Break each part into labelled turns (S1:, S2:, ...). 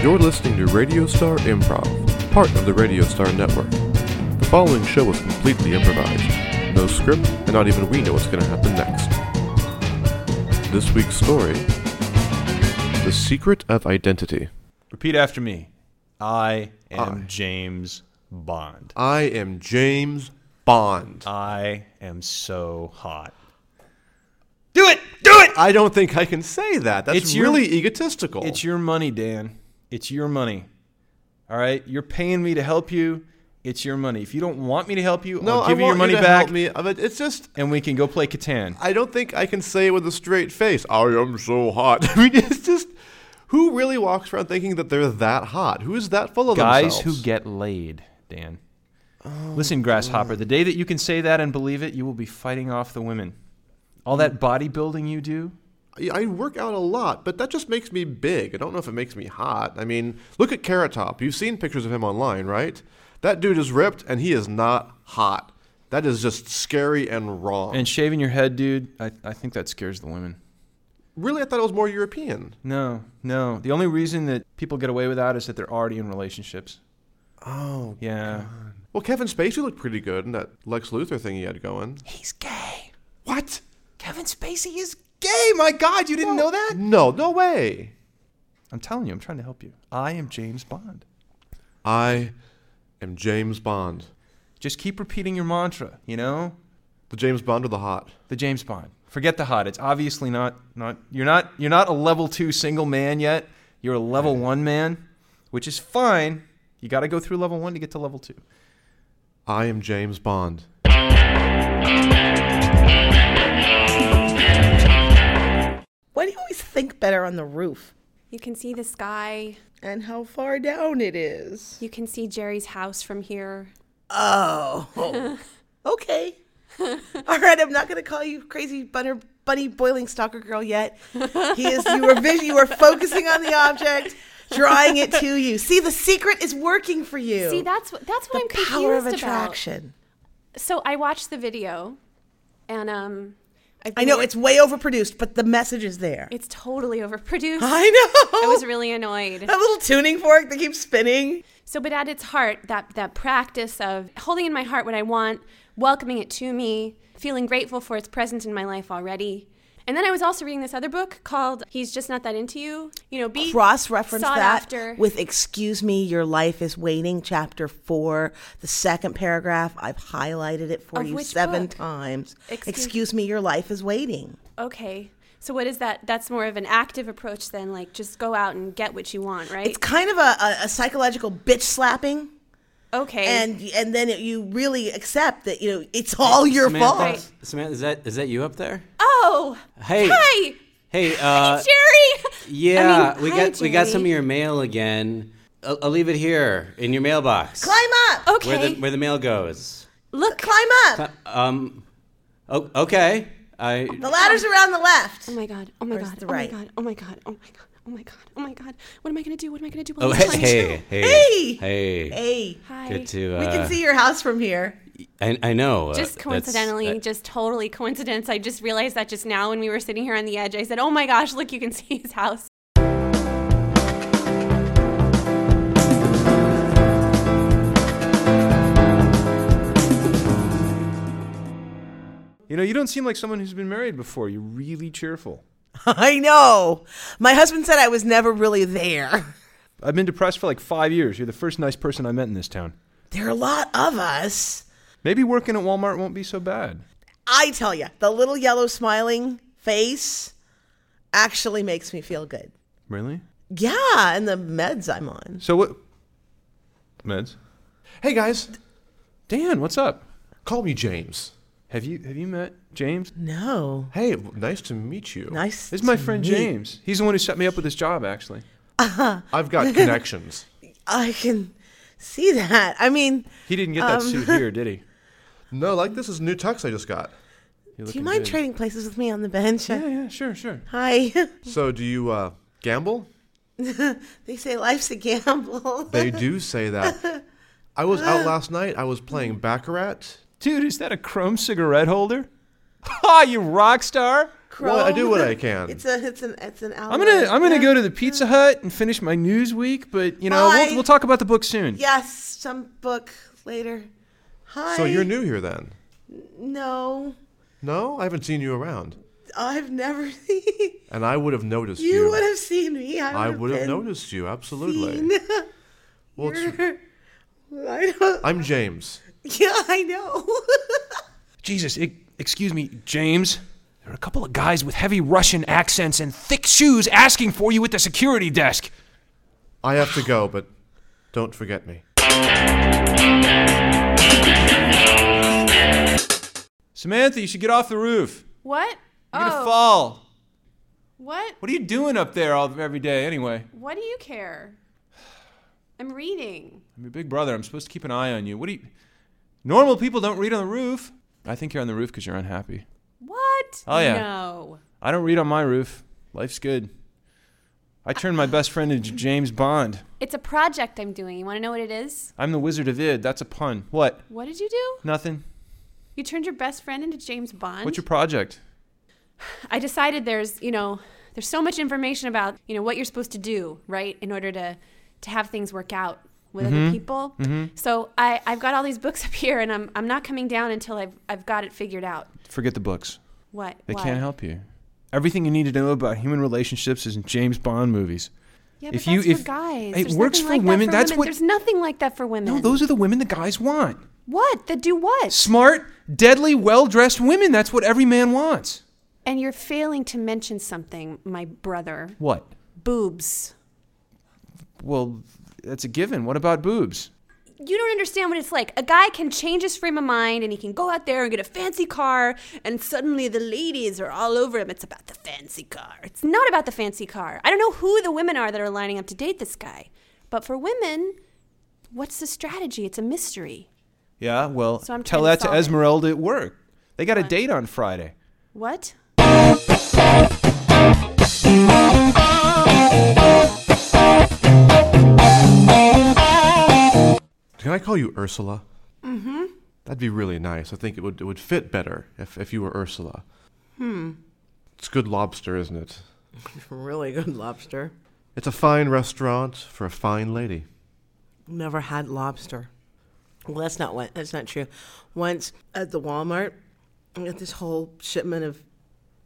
S1: You're listening to Radio Star Improv, part of the Radio Star Network. The following show was completely improvised. No script, and not even we know what's going to happen next. This week's story The Secret of Identity.
S2: Repeat after me. I am
S1: I.
S2: James Bond.
S1: I am James Bond.
S2: I am so hot. Do it! Do it!
S1: I don't think I can say that. That's
S2: It's your- really
S1: egotistical.
S2: It's your money, Dan. It's your money. All right? You're paying me to help you. It's your money. If you don't want me to help you,
S1: no,
S2: I'll give
S1: I
S2: you your
S1: want
S2: money
S1: to
S2: back
S1: Help me. But it's just
S2: and we can go play Catan.
S1: I don't think I can say it with a straight face. I am so hot. I mean, it's just who really walks around thinking that they're that hot? Who is that full of
S2: Guys who
S1: themselves? Oh,
S2: get laid, Dan. Listen, Grasshopper, the day that you can say that and believe it, you will be fighting off the women. All that bodybuilding you do,
S1: get. I work out a lot, but that just makes me big. I don't know if it makes me hot. I mean, look at Carrot Top. You've seen pictures of him online, right? That dude is ripped, and he is not hot. That is just scary and wrong.
S2: And shaving your head, dude, I, I think that scares the women.
S1: really, I thought it was more European.
S2: No, no. The only reason that people get away with that is that they're already in relationships.
S1: Oh.
S2: Yeah.
S1: Well, Kevin Spacey looked pretty good in that Lex Luthor thing he had going.
S2: He's gay.
S1: What?
S2: Kevin Spacey is gay. Oh My God, you didn't know that?
S1: No, no way.
S2: I'm telling you, I'm trying to help you. I am James Bond.
S1: I am James Bond.
S2: Just keep repeating your mantra, you know?
S1: The James Bond of the hot.
S2: The James Bond. Forget the hot. It's obviously not not you're not you're not a level 2 single man yet. You're a level 1 man, which is fine. You got to go through level 1 to get to level 2.
S1: I am James Bond.
S3: Why do you always think better on the roof?
S4: You can see the sky.
S3: And how far down it is.
S4: You can see Jerry's house from here.
S3: Oh. okay. All right, I'm not going to call you crazy bunner, bunny boiling stalker girl yet. He is you were vis- you were focusing on the object, drawing it to you. See, the secret is working for you.
S4: See, that's what that's what I'm
S3: the
S4: confused
S3: power of
S4: about.
S3: attraction.
S4: So I watched the video, and um, I've
S3: I
S4: been-
S3: know it's way overproduced, but the message is there.
S4: it's totally overproduced.
S3: I know.
S4: I was really annoyed.
S3: that little tuning fork that keeps spinning.
S4: So, but at its heart, that that practice of holding in my heart what I want, welcoming it to me, feeling grateful for its presence in my life already. And then I was also reading this other book called "He's Just Not That Into You." You know, be
S3: cross-reference
S4: sought
S3: that
S4: after.
S3: with excuse me your life is waiting chapter 4 the second paragraph i've highlighted it for
S4: Of
S3: you
S4: which
S3: 7
S4: book?
S3: times
S4: Excuse-
S3: excuse-, me your life is waiting
S4: okay. So what is that? That's more of an active approach than like just go out and get what you want, right?
S3: it's kind of a, a, a psychological bitch slapping
S4: okay.
S3: and and then you really accept that you know it's all your fault
S4: Right.
S5: Samantha, is that is that you up there?
S4: oh,
S5: Hey,
S4: hi,
S5: hey, uh,
S4: Jerry.
S5: yeah, we
S4: hi,
S5: got we got some of
S4: Jerry.
S5: your mail again. I'll, I'll leave it here in your mailbox.
S3: climb up
S4: Okay.
S5: Where the where the mail goes.
S4: Look.
S3: climb up
S5: Um, o- okay. I
S3: the ladder's around the left
S4: Oh my god. Oh my
S3: Where's
S4: god.
S3: the
S4: Oh my
S3: right?
S4: god. Oh my god. Oh my god. Oh my god. Oh my god. What am I gonna do? What am I gonna do? What
S5: oh
S4: am I
S5: hey
S4: gonna
S5: hey
S4: do?
S5: hey
S3: Hey!
S5: hey.
S3: hey
S4: Hi.
S5: Good to uh,
S3: we can see your house from here
S5: I, I know. uh,
S4: Just
S5: that's-
S4: coincidentally,
S5: that-
S4: just totally coincidence. I just realized that just now when we were sitting here on the edge. I said, "Oh my gosh, look, you can see his house."
S2: You know, you don't seem like someone who's been married before. You're really cheerful.
S3: i know my husband said i was never really there
S2: I've been depressed for like five years. You're the first nice person I met in this town.
S3: there are a lot of us
S2: Maybe working at Walmart won't be so bad.
S3: I tell you, the little yellow smiling face actually makes me feel good.
S2: Really?
S3: Yeah, and the meds I'm on.
S2: So what? Meds.
S1: Hey guys,
S2: Dan, what's up?
S1: call me James.
S2: Have you have you met James?
S3: No,
S1: Hey, w- nice to meet you.
S3: nice.
S2: This is my
S3: to
S2: friend
S3: meet-
S2: James. He's the one who set me up with this job, actually.
S1: I've got connections.
S3: I can see that. I mean,
S2: He didn't get that suit here, did he?
S1: No, like this is new tux I just got.
S3: do you mind trading places with me on the bench?
S2: Yeah, yeah, sure, sure.
S3: Hi.
S1: So, do you uh, gamble?
S3: they say life's a gamble.
S1: They do say that. I was out last night. I was playing baccarat.
S2: Dude, is that a chrome cigarette holder? Ha, you rock star.
S1: Well, I do what
S3: Chrome.
S1: I can.
S3: It's a it's an it's an
S2: I'm
S3: album.
S2: gonna I'm
S3: Oh,
S2: gonna go to the Pizza Hut and finish my Newsweek, but you know
S3: Bye.
S2: we'll, we'll talk about the book soon.
S3: Yes, some book later. Hi.
S1: So you're new here then?
S3: No,
S1: No, I haven't seen you around,
S3: I've never. seen
S1: and I would have noticed you.
S3: You would have seen me. I would,
S1: I
S3: have,
S1: would have
S3: been
S1: noticed you absolutely.
S3: seen.
S1: Well, it's-
S3: I don't.
S1: I'm James.
S3: yeah, I know.
S2: Jesus, e- excuse me, James. There are a couple of guys with heavy Russian accents and thick shoes asking for you at the security desk.
S1: I have to go, but don't forget me.
S2: Samantha, you should get off the roof.
S4: What?
S2: You're gonna
S4: oh,
S2: fall.
S4: what?
S2: What are you doing up there all every day anyway?
S4: What do you care? I'm reading.
S2: I'm your big brother. I'm supposed to keep an eye on you. What do you? Normal people don't read on the roof. I think you're on the roof because you're unhappy.
S4: What?
S2: Oh, yeah.
S4: No.
S2: I don't read on my roof. Life's good. I turned my best friend into James Bond.
S4: It's a project I'm doing. You want to know what it is?
S2: I'm the Wizard of Id. That's a pun. What?
S4: What did you do?
S2: Nothing.
S4: You turned your best friend into James Bond?
S2: What's your project?
S4: I decided there's, you know, there's so much information about, you know, what you're supposed to do, right, in order to to have things work out with
S2: Mm-hmm.
S4: other people. So I, I've got all these books up here, and I'm I'm not coming down until I've I've got it figured out.
S2: Forget the books.
S4: What?
S2: They
S4: why?
S2: can't help you. Everything you need to know about human relationships is in James Bond movies.
S4: Yeah,
S2: If
S4: but
S2: you-
S4: that's
S2: if-
S4: for
S2: it
S4: guys. There's
S2: works
S4: nothing
S2: for
S4: like that
S2: women, that's what-
S4: There's nothing like that for women.
S2: No, those are the women the guys want.
S4: what? That do what?
S2: Smart, deadly, well-dressed women. That's what every man wants.
S4: And you're failing to mention something, my brother.
S2: What?
S4: Boobs.
S2: Well, that's a given. What about boobs?
S4: you don't understand what it's like. A guy can change his frame of mind and he can go out there and get a fancy car, and suddenly the ladies are all over him. It's about the fancy car. It's not about the fancy car. I don't know who the women are that are lining up to date this guy. But for women, what's the strategy? It's a mystery.
S2: Yeah, well,
S4: So I'm
S2: tell
S4: trying
S2: that to
S4: to solve it.
S2: Esmeralda at work. They got a date on Friday.
S4: What?
S1: Can I call you Ursula? Mm-hmm. That'd be really nice. I think it would it would fit better if, if you were Ursula. Hmm. It's good lobster, isn't it?
S3: really good lobster.
S1: It's a fine restaurant for a fine lady.
S3: Never had lobster. Well, that's not what. That's not true. Once at the Walmart, I got this whole shipment of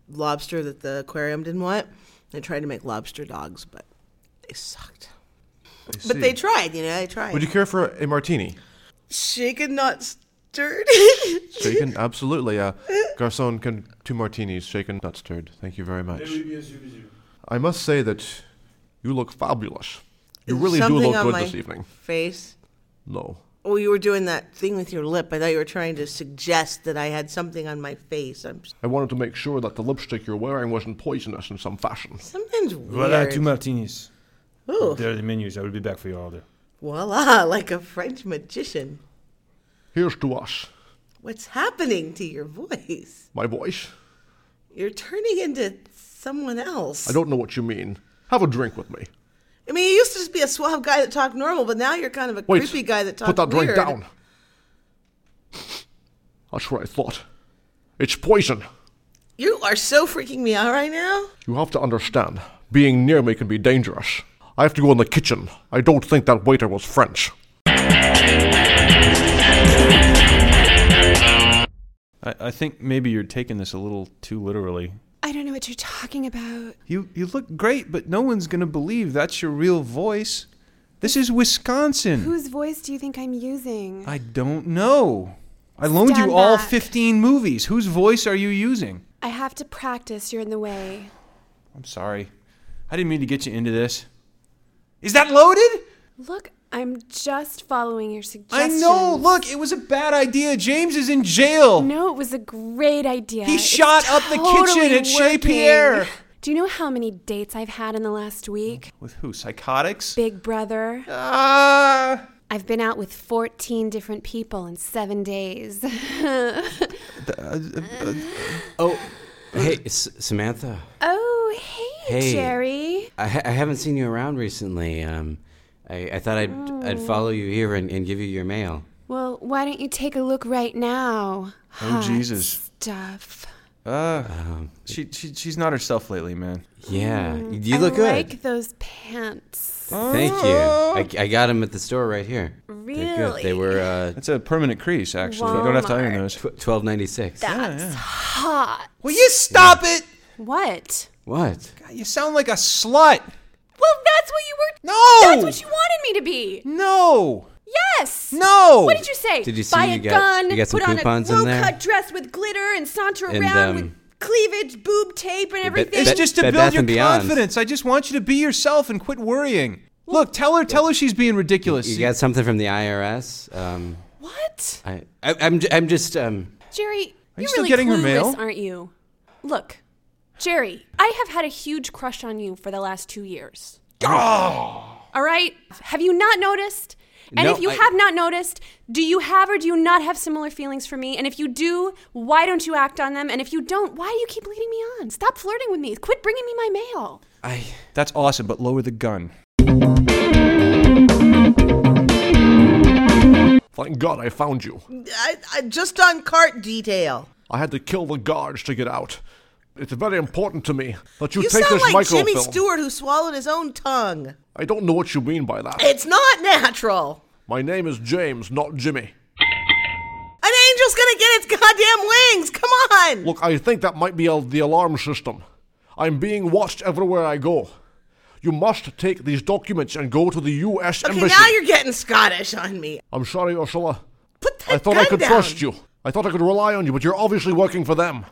S3: lobster that the aquarium didn't want. They tried to make lobster dogs, but they sucked.
S1: I
S3: But they
S1: see.
S3: tried, you know, they tried.
S1: Would you care for a martini?
S3: Shaken, not stirred. it
S1: Shaken, absolutely. Uh, garçon, can two martinis, shaken, not stirred. Thank you very much. I must say that you look fabulous. You really do
S3: something
S1: look
S3: on
S1: good
S3: my-
S1: this evening.
S3: Face.
S1: No,
S3: Oh, you were doing that thing with your lip. I thought you were trying to suggest that I had something on my face. I'm
S1: I wanted to make sure that the lipstick you're wearing wasn't poisonous in some fashion.
S3: something's weird.
S2: martinis.
S3: Ooh,
S2: are the menus. I will be back for your order.
S3: voila, like a French magician.
S1: Here's to us.
S3: What's happening to your voice?
S1: My voice?
S3: You're turning into someone else.
S1: I don't know what you mean. Have a drink with me.
S3: I mean, you used to just be a suave guy that talked normal, but now you're kind of a
S1: Wait.
S3: creepy guy that talks
S1: Put that drink
S3: weird.
S1: down. That's what I thought. It's poison.
S3: You are so freaking me out right now.
S1: You have to understand. Being near me can be dangerous. I have to go in the kitchen. I don't think that waiter was French.
S2: I, I think maybe you're taking this a little too literally.
S4: I don't know what you're talking about.
S2: You you look great, but no one's gonna believe that's your real voice. This is Wisconsin.
S4: Whose voice do you think I'm using?
S2: I don't know. I loaned
S4: Stand
S2: you all
S4: back.
S2: 15 movies. Whose voice are you using?
S4: I have to practice. You're in the way.
S2: I'm sorry. I didn't mean to get you into this. Is that loaded?
S4: Look, I'm just following
S2: I
S4: your suggestions.
S2: know. Look, it was a bad idea. James is in jail.
S4: No, it was a great idea.
S2: He
S4: It's
S2: shot up the kitchen at Chez
S4: working.
S2: Pierre.
S4: Do you know how many dates I've had in the last week?
S2: With who? Psychotics?
S4: Big brother.
S2: Ah.
S4: I've been out with 14 different people in seven days.
S5: Oh, hey, S- Samantha.
S4: oh, hey,
S5: Hey.
S4: Jerry.
S5: I, ha- I haven't seen you around recently. Um, I, I thought I'd I'd
S4: Oh.
S5: follow you here and, and give you your mail.
S4: Well, why don't you take a look right now?
S2: Oh, Jesus.
S4: Stuff.
S2: Uh,
S5: Um,
S2: she, she she's not herself lately, man.
S5: yeah, you
S4: Mm, I
S5: look good.
S4: like those
S2: Oh,
S4: pants.
S5: Thank you. I, I got them at the store right here. They're good.
S4: Really?
S5: They were uh,
S2: That's a permanent crease, actually. You don't have to iron
S4: Walmart.
S2: those.
S5: tw- twelve ninety six.
S4: That's hot.
S2: Will you stop it?
S4: What?
S5: What?
S2: God, you sound like a slut.
S4: Well, that's what you were.
S2: No.
S4: That's what you wanted me to be.
S2: No.
S4: Yes.
S2: No.
S4: What did you say?
S5: Oh, Did you see
S4: Buy
S5: you
S4: a
S5: got-
S4: gun,
S5: you got some
S4: put on
S5: coupons
S4: a
S5: in there?
S4: low-cut dress with glitter, and saunter
S5: And,
S4: around
S5: um,
S4: with cleavage, boob tape, and
S5: bet-
S4: everything.
S2: It's
S5: Bed-
S2: just to
S5: Bed
S2: build
S5: Bath
S2: your
S5: and Beyond.
S2: confidence. I just want you to be yourself and quit worrying. Look, tell her, tell her she's being ridiculous.
S5: You got something from the IRS? Um,
S4: what,
S5: I, I I'm j- I'm just um.
S4: Jerry?
S2: you
S4: You're
S2: still
S4: really
S2: getting her
S4: clueless,
S2: mail?
S4: aren't you? Look, Jerry, I have had a huge crush on you for the last two years. All right. Have you not noticed? And
S5: No,
S4: if you
S5: I-
S4: have not noticed, do you have or do you not have similar feelings for me? And if you do, why don't you act on them? And if you don't, why do you keep leading me on? Stop flirting with me. Quit bringing me my mail.
S5: I
S2: That's awesome, but lower the gun.
S1: Thank God I found you.
S3: I, I, just on cart detail.
S1: I had to kill the guards to get out. It's very important to me that you,
S3: You
S1: take
S3: sound
S1: this
S3: like
S1: microfilm.
S3: Jimmy Stewart who swallowed his own tongue.
S1: I don't know what you mean by that.
S3: It's not natural.
S1: My name is James, not Jimmy.
S3: An angel's gonna get its goddamn wings. Come on.
S1: Look, I think that might be al- the alarm system. I'm being watched everywhere I go. You must take these documents and go to the U.S.
S3: okay,
S1: embassy.
S3: now you're getting Scottish on me.
S1: I'm sorry, Ursula.
S3: Put that
S1: I thought
S3: gun
S1: I could
S3: down.
S1: trust you. I thought I could rely on you, but you're obviously working for them.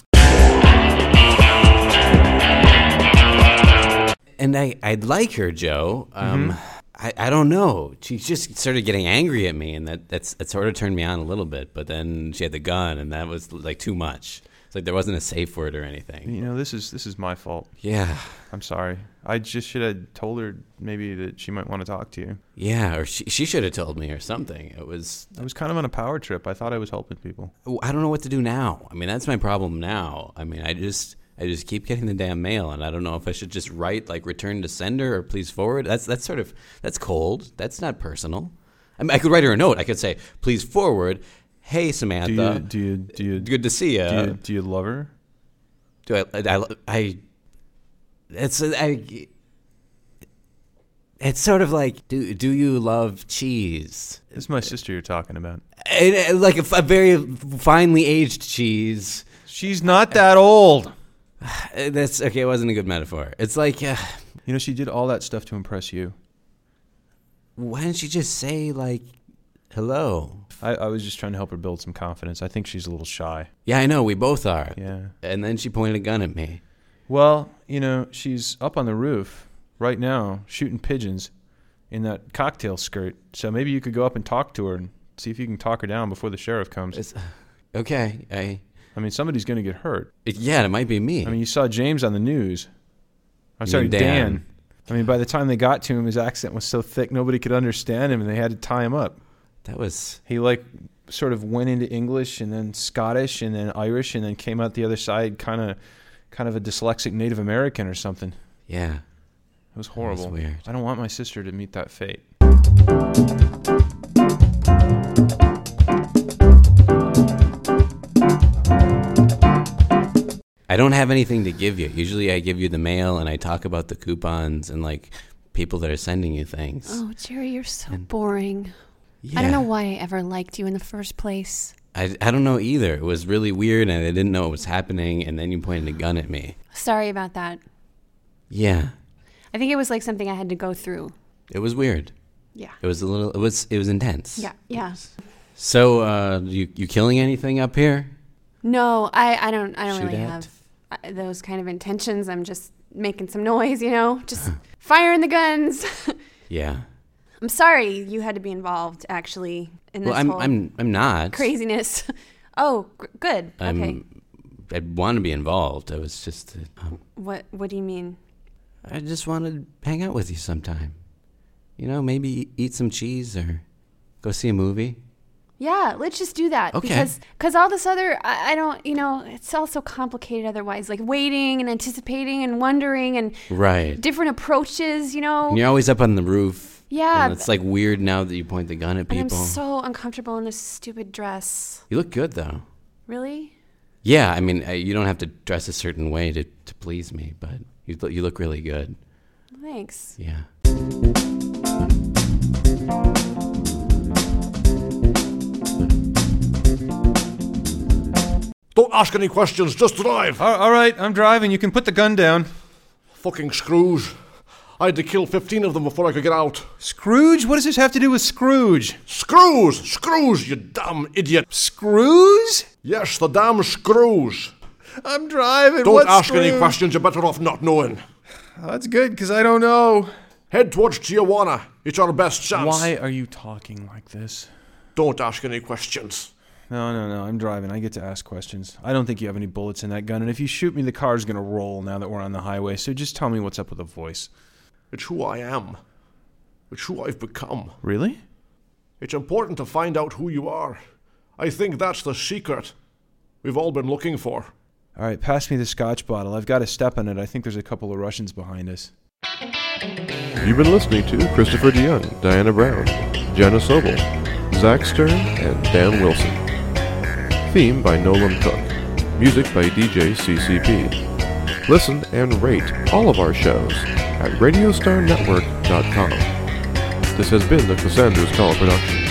S5: and I I like her, Joe. Um, I I don't know. She just started getting angry at me, and that that's that sort of turned me on a little bit. But then she had the gun, and that was like too much. It's like there wasn't a safe word or anything.
S2: You know, this is this is my fault.
S5: Yeah,
S2: I'm sorry. I just should have told her maybe that she might want to talk to you.
S5: yeah. Or she she should have told me or something. It was
S2: I was kind of on a power trip. I thought I was helping people.
S5: I don't know what to do now. I mean, that's my problem now. I mean, I just I just keep getting the damn mail, and I don't know if I should just write like return to sender or please forward. That's that's sort of that's cold. That's not personal. I mean, I could write her a note. I could say please forward. Hey
S2: Do
S5: Samantha,
S2: you do you do you
S5: good to see
S2: do you,
S5: you.
S2: do you love her?
S5: Do I? I, I it's I. It's sort of like do do you love cheese?
S2: It's my sister you're talking about.
S5: And, uh, like a, f- a very finely aged cheese.
S2: She's not that old.
S5: Uh, That's okay. It wasn't a good metaphor. It's like, uh,
S2: You know, she did all that stuff to impress you.
S5: why don't you just say like, hello?
S2: I, I was just trying to help her build some confidence. I think she's a little shy.
S5: Yeah, I know. We both are.
S2: Yeah.
S5: And then she pointed a gun at me.
S2: Well, you know, she's up on the roof right now shooting pigeons in that cocktail skirt. So maybe you could go up and talk to her and see if you can talk her down before the sheriff comes.
S5: It's uh, okay. I
S2: I mean, somebody's going to get hurt.
S5: it, yeah, it might be me.
S2: I mean, you saw James on the news. I'm
S5: You
S2: sorry,
S5: mean
S2: Dan.
S5: Dan.
S2: I mean, by the time they got to him, his accent was so thick nobody could understand him, and they had to tie him up.
S5: that was
S2: He like sort of went into English and then Scottish and then Irish and then came out the other side, kind of, kind of a dyslexic Native American or something.
S5: yeah.
S2: It was horrible.
S5: weird.
S2: I don't want my sister to meet that fate.
S5: I don't have anything to give you. Usually, I give you the mail and I talk about the coupons and like people that are sending you things.
S4: Oh, Jerry, you're so boring. I
S5: Yeah.
S4: don't know why I ever liked you in the first place.
S5: I, I don't know either. It was really weird and I didn't know what was happening. And then you pointed a gun at me.
S4: Sorry about that.
S5: Yeah,
S4: I think it was like something I had to go through.
S5: it was weird.
S4: Yeah.
S5: It was a little. It was. It was intense.
S4: Yeah. Yeah.
S5: So, uh, you you killing anything up here?
S4: No, I, I don't I don't really
S5: Shoot at?
S4: have uh, those kind of intentions. I'm just making some noise, you know, just firing the guns.
S5: Yeah.
S4: I'm sorry you had to be involved actually in this
S5: Well, I'm
S4: whole
S5: I'm I'm not
S4: craziness. oh, gr- good.
S5: I'm,
S4: okay.
S5: I want to be involved. I was just. Um,
S4: What what do you mean?
S5: I just want to hang out with you sometime. You know, maybe e- eat some cheese or go see a movie.
S4: Yeah, let's just do that
S5: Okay.
S4: because because all this other I, I don't you know it's all so complicated otherwise like waiting and anticipating and wondering and
S5: Right.
S4: different approaches you know
S5: And you're always up on the roof.
S4: Yeah,
S5: And it's like weird now that you point the gun at
S4: and I'm
S5: people.
S4: so uncomfortable in this stupid dress
S5: you look good though.
S4: really
S5: Yeah, I mean, uh, you don't have to dress a certain way to, to please me, but you, lo- you look really good.
S4: Thanks.
S5: Yeah.
S1: Don't ask any questions, just drive.
S2: All, all right, I'm driving. You can put the gun down.
S1: Fucking screws. I had to kill 15 of them before I could get out.
S2: Scrooge? What does this have to do with Scrooge?
S1: Screws! Screws, you damn idiot.
S2: Screws?
S1: Yes, the damn screws.
S2: I'm driving.
S1: Don't
S2: What
S1: ask any
S2: screws?
S1: questions, you're better off not knowing.
S2: That's good, because I don't know.
S1: Head towards Tijuana. It's our best chance.
S2: Why are you talking like this?
S1: Don't ask any questions.
S2: No, no, no. I'm driving. I get to ask questions. I don't think you have any bullets in that gun, and if you shoot me, the car's gonna roll now that we're on the highway. So just tell me what's up with the voice.
S1: It's who I am. It's who I've become.
S2: Really?
S1: It's important to find out who you are. I think that's the secret we've all been looking for.
S2: All right, pass me the scotch bottle. I've got a step on it. I think there's a couple of Russians behind us.
S6: You've been listening to Christopher DeYoung, Diana Brown, Jana Sobel, Zach Stern, and Dan Wilson. Theme by Nolan Cook. Music by DJ CCP. Listen and rate all of our shows at RadiostarNetwork.com. This has been the Cassandra's Call production.